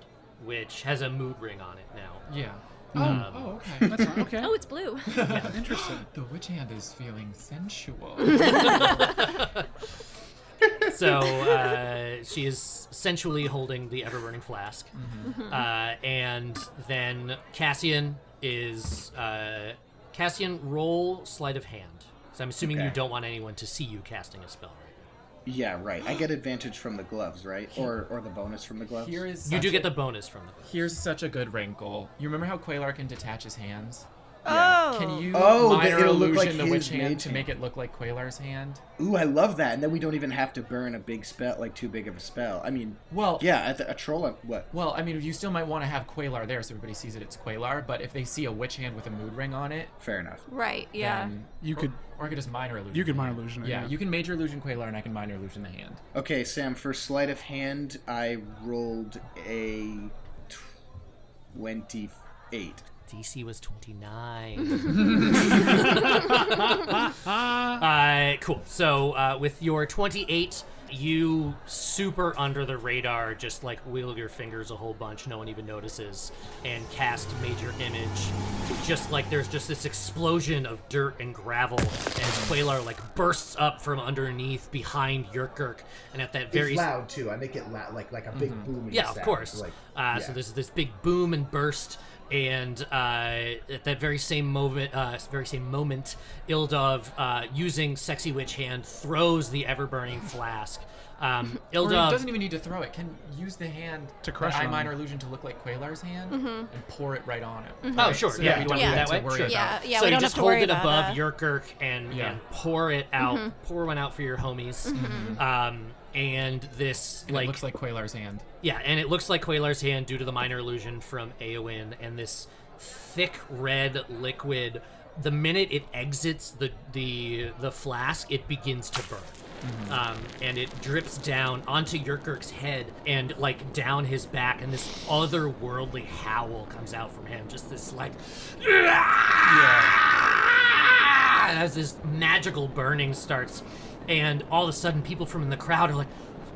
which has a mood ring on it now.
Yeah. Oh,
Mm-hmm.
oh, okay. That's fine.
Okay.
Oh, it's *laughs* blue.
interesting. *gasps* the witch hand is feeling
*laughs*
sensual.
So uh, she is sensually holding the ever burning flask. Uh, and then Cassian is. Uh, Cassian, roll sleight of hand. So I'm assuming you
Okay.
don't want anyone to see you casting a spell right now.
Yeah, right. I
*gasps*
get advantage from the gloves, right? Or or the bonus from the gloves.
Here is
You do
such
get
a-
the bonus from the
Here's such a good wrinkle. You remember how Quaylar can detach his hands?
Oh.
Can you
Oh, that
minor
it'll look
illusion
like
the
his
witch hand
mage
to
hand.
make it look like Quaylar's hand?
Ooh, I love that. And then we don't even have to burn a big spell, like too big of a spell. I mean,
Well,
yeah, at the, a troll. uh, What?
Well, I mean, you still might want to have Quaylar there so everybody sees that it's Quaylar. But if they see a witch hand with a mood ring on it,
Fair enough.
right. Yeah.
then-
You
or-
could-
or I could just minor illusion.
You could
the
minor
hand.
illusion it,
Yeah,
yeah.
you can major illusion Quaylar, and I can minor illusion the hand.
Okay, Sam. For sleight of hand, I rolled a twenty-eight.
DC was 29. *laughs* uh, cool. So, uh, with your 28, you super under the radar, just like wiggle your fingers a whole bunch, no one even notices, and cast Major Image. Just like there's just this explosion of dirt and gravel as Quaylar like bursts up from underneath behind Yurkirk, and at that very
it's loud too. I make it loud, like like a big booming.
Mm-hmm. yeah,
sound,
of course.
Like,
uh,
yeah.
So there's this big boom and burst, and uh, at that very same moment, uh, very same moment, Ildov, uh, using sexy witch hand, throws the ever burning flask. Um,
Or it doesn't
Ildov,
even need to throw it. Can use the hand to
crush
I
on.
minor illusion to look like Quaylar's hand
Mm-hmm.
and pour it right on it.
Oh,
right?
sure,
So
yeah,
that we
you
don't
wanna do
have
it that
to
way?
worry
Sure.
yeah.
about.
Yeah.
so
we
you
don't
just
have to
hold
worry
it
about
above
uh,
your Yurkirk and,
Yeah.
and pour it out, pour one out for your homies. Um, and this
And it
like
looks like Quaylar's hand.
Yeah, and it looks like Quaylar's hand due to the minor illusion from Aowen and this thick red liquid. The minute it exits the the the flask, it begins to burn. Um, and it drips down onto Yurkirk's head and like down his back, and this otherworldly howl comes out from him. Just this like Ah! as this magical burning starts, and all of a sudden people from in the crowd are like,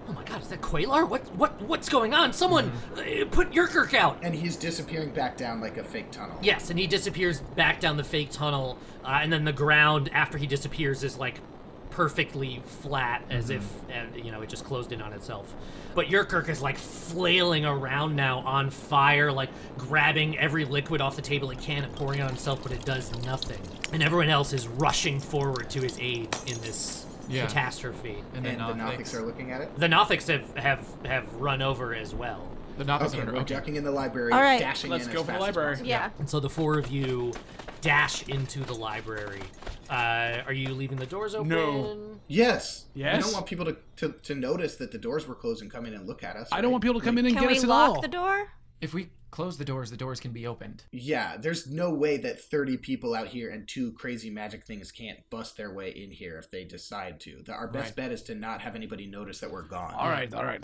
"Oh my God, is that Quaylar? What what what's going on? Someone uh, put Yurkirk out!"
And he's disappearing back down like a fake tunnel.
Yes, and he disappears back down the fake tunnel, uh, and then the ground after he disappears is like perfectly flat, as if uh, you know it just closed in on itself. But Yurkirk is like flailing around now on fire, like grabbing every liquid off the table he can and pouring it on himself, but it does nothing. And everyone else is rushing forward to his aid in this
Yeah.
catastrophe.
And,
And
then um,
the Nothics are
Nothics.
looking at it.
The Nothics have, have have run over as well.
The Nothics
Okay,
are
we're
okay.
ducking in the library.
All right.
Dashing
Let's
in
go
as
for the
fast as
library.
possible.
yeah.
And so the four of you dash into the library. Uh, are you leaving the doors open?
No.
Yes. I
Yes?
don't want people to, to, to notice that the doors were closed and come in and look at us.
I don't want people to come in and
Can
get
we
us at
lock
all.
the door?
If we close the doors, the doors can be opened.
Yeah, there's no way that 30 people out here and two crazy magic things can't bust their way in here if they decide to. The, our best
Right.
bet is to not have anybody notice that we're gone.
all right, all right.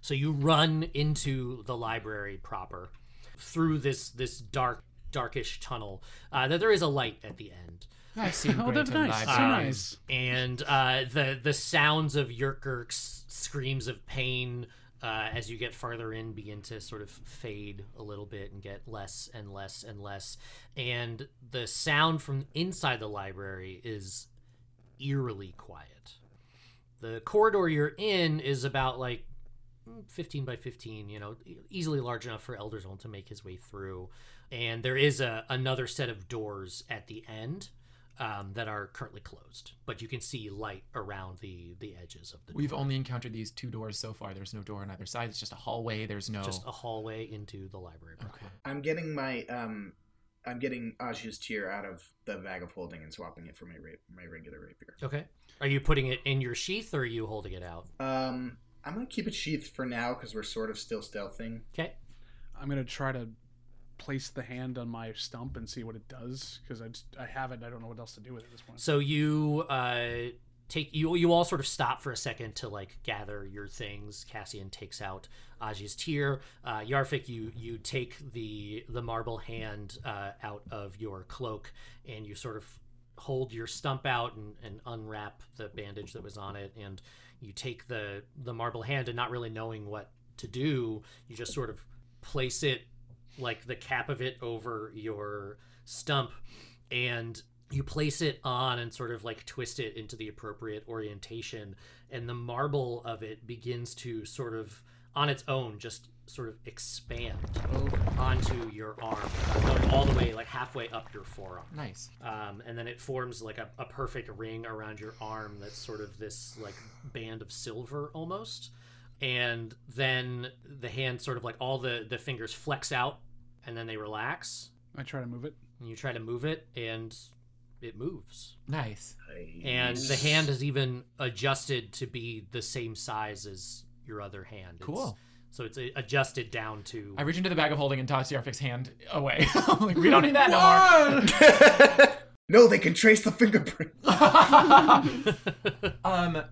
So you run into the library proper through this this dark darkish tunnel. Uh, that there is a light at the end.
I've *laughs* seen
Oh, that's
greater
nice. So
libraries.
nice.
and uh, the the sounds of Yurkirk's screams of pain uh, as you get farther in begin to sort of fade a little bit and get less and less and less. And the sound from inside the library is eerily quiet. The corridor you're in is about like 15 by 15 you know e, easily large enough for elders Own to make his way through and there is a another set of doors at the end um, that are currently closed but you can see light around the the edges of the
We've only encountered these two doors so far. There's no door on either side. It's just a hallway. There's no.
just a hallway into the library proper.
Okay.
I'm getting my um I'm getting Aju's tear out of the bag of holding and swapping it for my rape, my regular rapier.
okay are you putting it in your sheath or are you holding it out
Um I'm going to keep it sheathed for now cuz we're sort of still stealthing.
okay
I'm gonna try to place the hand on my stump and see what it does because I just, I have it. And I don't know what else to do with it at this point.
so you uh take you you all sort of stop for a second to like gather your things. Cassian takes out Aji's tear. Uh, Yarfik, you you take the the marble hand uh, out of your cloak and you sort of hold your stump out and, and unwrap the bandage that was on it and you take the the marble hand and not really knowing what to do you just sort of place it like the cap of it over your stump and you place it on and sort of like twist it into the appropriate orientation and the marble of it begins to sort of on its own just sort of expand onto your arm like, all the way like halfway up your forearm
Nice.
um, and then it forms like a, a perfect ring around your arm that's sort of this like band of silver almost and then the hand sort of like all the the fingers flex out and then they relax
I try to move
*laughs*
it.
and you try to move it and it moves
Nice.
and the hand is even adjusted to be the same size as your other hand It's-
Cool.
so it's uh, adjusted down to
I reach into the bag of holding and toss Yarfik's hand away. *laughs* I'm like, we don't need that no more.
No, they can trace the fingerprint.
*laughs* Um, th-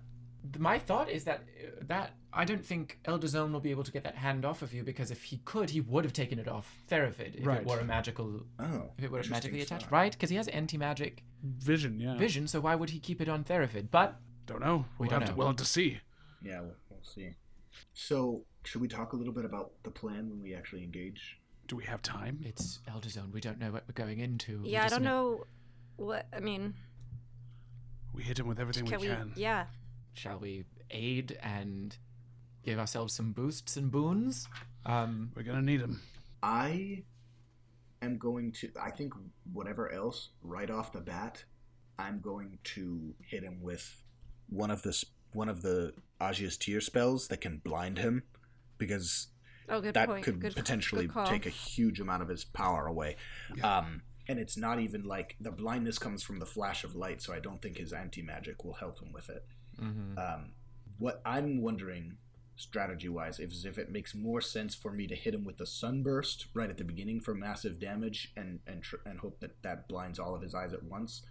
my thought is that uh, that I don't think Elder Zone will be able to get that hand off of you because if he could, he would have taken it off Theravid if
Right.
it were a magical,
Oh,
if it were
interesting
magically attached,
thought.
right? Because he has anti-magic
Vision, yeah.
vision, so why would he keep it on Theravid? But
Don't know.
We
We'll
don't
have to.
know.
We'll have to see.
Yeah, we'll, we'll see. So, should we talk a little bit about the plan when we actually engage?
Do we have time?
it's Elder Zone. We don't know what we're going into. We
Yeah, I
just
don't know what I mean.
We hit him with everything
Can
we
we?
can.
Yeah.
Shall we aid and give ourselves some boosts and boons? Um,
We're gonna need him.
I am going to. I think whatever else, right off the bat, I'm going to hit him with one of the s- one of the Ajia's tear spells that can blind him, because
Oh, good
that
point.
could
good,
potentially
good call.
take a huge amount of his power away. Um, and it's not even like the blindness comes from the flash of light, so I don't think his anti magic will help him with it.
Mm-hmm.
Um, what I'm wondering, strategy wise, is if it makes more sense for me to hit him with the sunburst right at the beginning for massive damage and and tr- and hope that that blinds all of his eyes at once,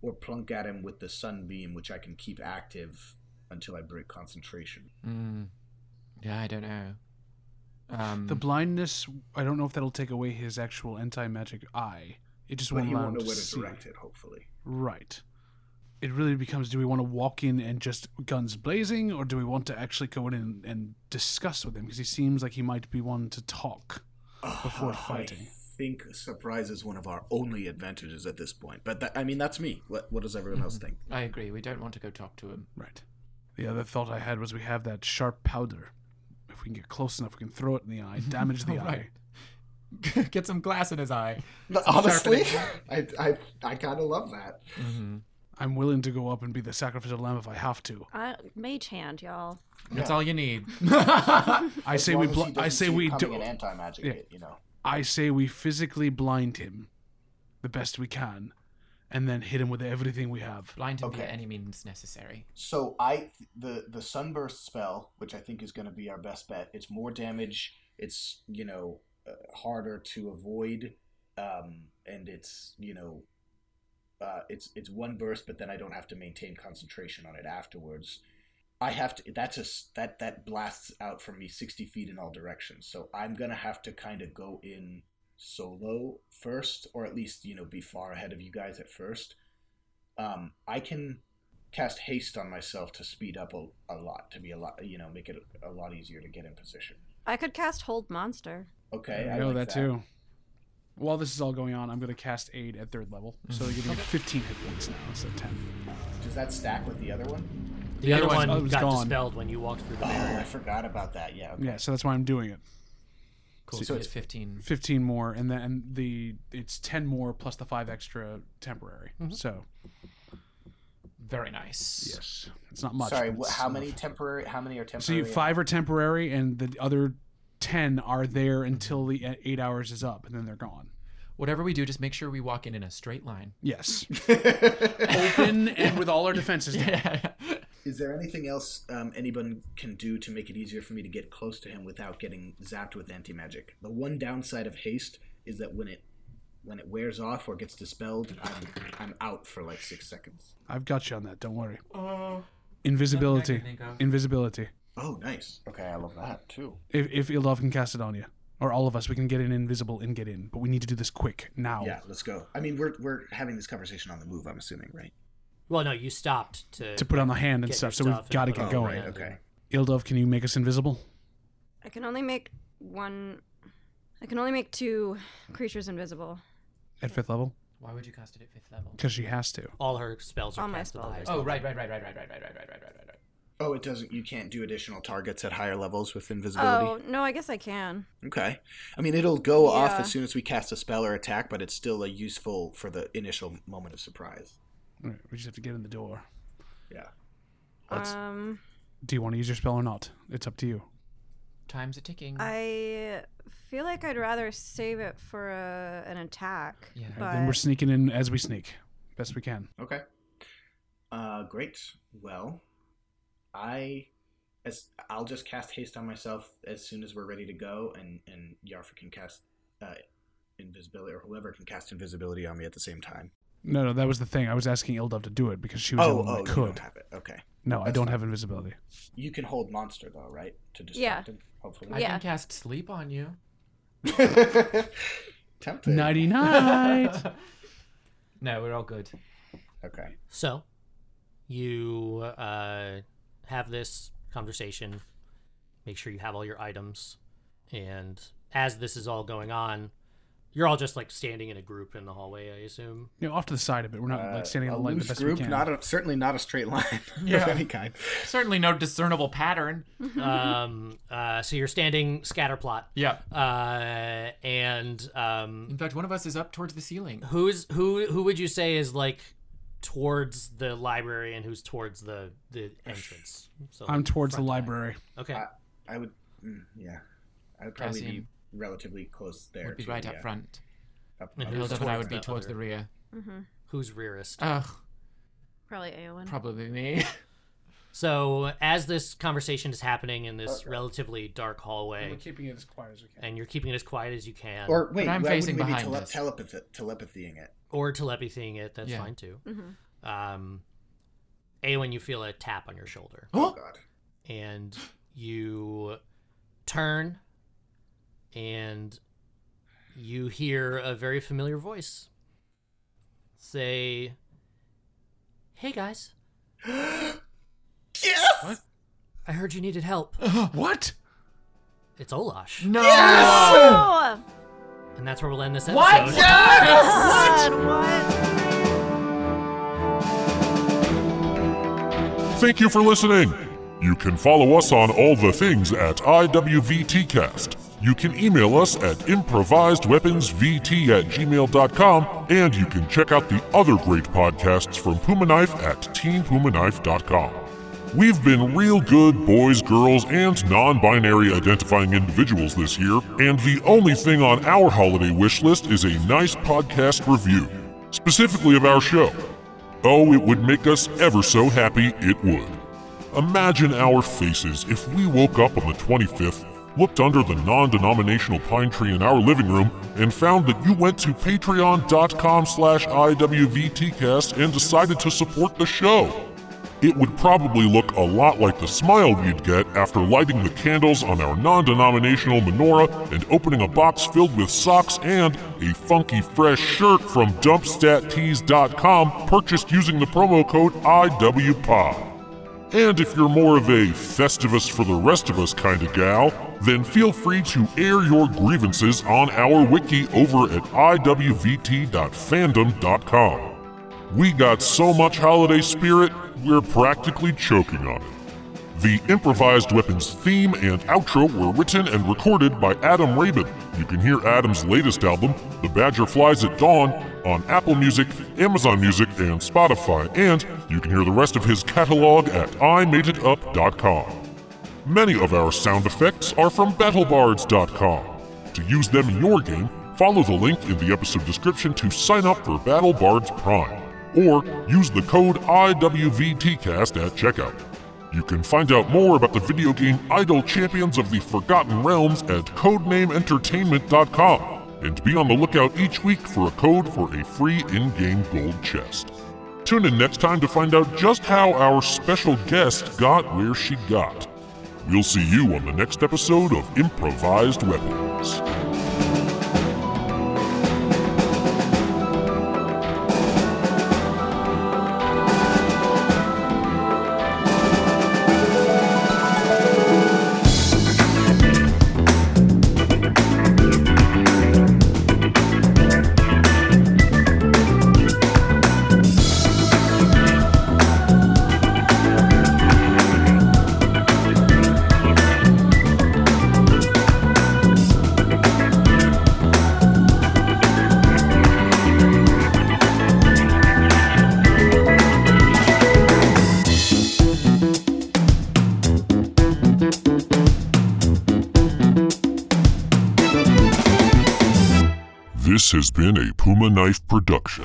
or plunk at him with the sunbeam, which I can keep active until I break concentration.
mm, yeah, I don't know.
Mm.
Um,
The blindness. I don't know if that'll take away his actual anti-magic eye. It just
But
won't
he
allow
won't
him
know
to
where to
see.
direct it. Hopefully.
Right. It really becomes: do we want to walk in and just guns blazing, or do we want to actually go in and, and discuss with him? Because he seems like he might be one to talk. before
Ah,
fighting.
I think surprise is one of our only advantages at this point. But that, I mean, that's me. What, what does everyone
Mm-hmm.
else think?
I agree. We don't want to go talk to him.
Right. The other thought I had was we have that sharp powder. If we can get close enough, we can throw it in the *laughs* eye, damage the eye.
Right. *laughs* Get some glass in his eye.
Honestly, *laughs* I, I, I kind of love that.
I'm willing to go up and be the sacrificial lamb if I have to.
I, mage hand, y'all.
That's all you need.
I say we. Bl- I say we do.
an anti magic
Yeah.
you know.
I say we physically blind him, the best we can, and then hit him with everything we have.
Blind him by
Okay.
any means necessary.
So I the the sunburst spell, which I think is going to be our best bet. It's more damage. It's you know uh, harder to avoid, um, and it's you know. Uh, it's it's one burst, but then I don't have to maintain concentration on it afterwards. I have to. That's a s- that that blasts out from me sixty feet in all directions. So I'm gonna have to kind of go in solo first, or at least you know be far ahead of you guys at first. Um, I can cast haste on myself to speed up a, a lot to be a lot you know make it a lot easier to get in position
I could cast hold monster.
okay
I know that, too. While this is all going on, I'm going to cast aid at third level, so they give *laughs* me 15 hit points now instead of 10.
does that stack with the other one?
the, other
other
one,
one was
got
gone.
dispelled when you walked through the
Oh,
barrier
i forgot about that yeah okay.
Yeah, so that's why I'm doing it.
Cool.
So
So,
it's-
it's 15.
15 more, and then the it's 10 more plus the five extra temporary.
Mm-hmm.
So
Very nice.
yes, it's not much.
sorry
but
wh-
it's
how many
enough.
temporary how many are temporary
So you, five are temporary, and the other 10 are there until the e- eight hours is up, and then they're gone.
Whatever we do, just make sure we walk in in a straight line.
*laughs*
Yes. Open and with all our defenses down.
is there anything else um, anyone can do to make it easier for me to get close to him without getting zapped with anti-magic the one downside of haste is that when it When it wears off or gets dispelled, I'm, I'm out for like six seconds.
I've got you on that. Don't worry.
Oh.
Invisibility.
Nothing I can think of.
Invisibility.
Oh, nice. Okay, I love that too.
If if Ildov can cast it on you, or all of us, we can get in invisible and get in. But we need to do this quick now.
Yeah, let's go. I mean, we're we're having this conversation on the move. I'm assuming, right?
Well, no, you stopped to
To put on the hand and
get
stuff, so
your
we've
stuff and
gotta
put
get
on the
going.
hand.
Oh, Okay.
Ildov, can you make us invisible?
I can only make one. I can only make two creatures invisible.
At fifth level,
Why would you cast it at fifth level?
because she has to.
All her spells are
All my
cast at the
spells.
highest
Oh,
level.
right, right, right, right, right, right, right, right, right, right, right, right.
Oh, it doesn't. You can't do additional targets at higher levels with invisibility.
Oh no, I guess I can.
Okay. I mean, it'll go off
Yeah.
as soon as we cast a spell or attack, but it's still a useful for the initial moment of surprise.
All right, we just have to get in the door.
Yeah. Let's.
Um,
Do you want to use your spell or not? It's up to you.
Time's a ticking.
I feel like I'd rather save it for a, an attack.
Yeah. Alright,
All right, then we're
but-
sneaking in as we sneak, best we can.
okay. Uh, great. Well, I, as I'll just cast haste on myself as soon as we're ready to go, and and Yarfa can cast uh, invisibility, or whoever can cast invisibility on me at the same time.
No, no, that was the thing. I was asking Ildov to do it because she was the
oh,
only
oh,
one that
you don't
could.
have it. Okay.
No, I
That's
don't
fine.
have invisibility.
You can hold monster though, right? To
Yeah.
distract him, hopefully.
I
Yeah.
can cast sleep on you.
*laughs* Tempted.
Nighty night.
*laughs*
*laughs* no, we're all good.
Okay.
So, you uh, have this conversation. Make sure you have all your items, and as this is all going on, you're all just like standing in a group in the hallway. I assume.
you know, off to the side of it. We're not
Uh,
like standing
a
on the line the
loose
best
group,
we can.
not a, certainly not a straight line *laughs*
Yeah.
of any kind.
Certainly no discernible pattern.
um, uh, so you're standing scatterplot,
Yeah.
uh, and um,
In fact, one of us is up towards the ceiling.
who's who? Who would you say is like towards the library and who's towards the the entrance? So
I'm
like,
towards the
front line.
library.
Okay.
Uh, I would, mm, yeah, I would probably be
Cassian
relatively close there.
Would be
too,
right up
yeah.
front.
Up-
And
up-
who's
Hilda and I would be
towards the
towards the
other?
rear.
hmm
who's rearest?
Ugh,
Probably Aowen.
probably me. *laughs*
So as this conversation is happening in this relatively dark hallway,
keeping it as quiet as we
and you're keeping it as quiet as you can, or,
Or wait,
I'm
why
facing
wouldn't we
behind
be tele-
us.
telepathy, telepathying it.
telepathying it, that's
Yeah.
fine too.
hmm
Um, a when you feel a tap on your shoulder,
Oh
Huh?
God!
and you turn, and you hear a very familiar voice say, "Hey guys,
Yes.
I heard you needed help.
can.
*gasps*
what?
It's Olash."
No.
Oh,
And that's where we'll end this episode.
What?
God, what?
Thank you for listening. You can follow us on all the things at IWVTcast. You can email us at improvisedweaponsvt at gmail.com, and you can check out the other great podcasts from Puma Knife at teampumaknife.com. We've been real good boys, girls, and non binary identifying individuals this year, and the only thing on our holiday wish list is a nice podcast review, specifically of our show. Oh, it would make us ever so happy, it would. Imagine our faces if we woke up on the 25th, looked under the non denominational pine tree in our living room, and found that you went to patreon.com slash IWVTcast and decided to support the show. It would probably look a lot like the smile we'd get after lighting the candles on our non denominational menorah and opening a box filled with socks and a funky fresh shirt from dumpstattees.com purchased using the promo code IWPOD. And if you're more of a Festivus for the rest of us kind of gal, then feel free to air your grievances on our wiki over at iwvt.fandom.com. We got so much holiday spirit, we're practically choking on it. The improvised weapons theme and outro were written and recorded by Adam Rabin. You can hear Adam's latest album, The Badger Flies at Dawn, on Apple Music, Amazon Music, and Spotify, and you can hear the rest of his catalog at imadeitup.com. Many of our sound effects are from battlebards.com. To use them in your game, follow the link in the episode description to sign up for BattleBards Prime, or use the code IWVTcast at checkout. You can find out more about the video game Idle Champions of the Forgotten Realms at codenameentertainment.com. and be on the lookout each week for a code for a free in game gold chest. Tune in next time to find out just how our special guest got where she got. We'll see you on the next episode of Improvised Weapons. This has been a Puma Knife production.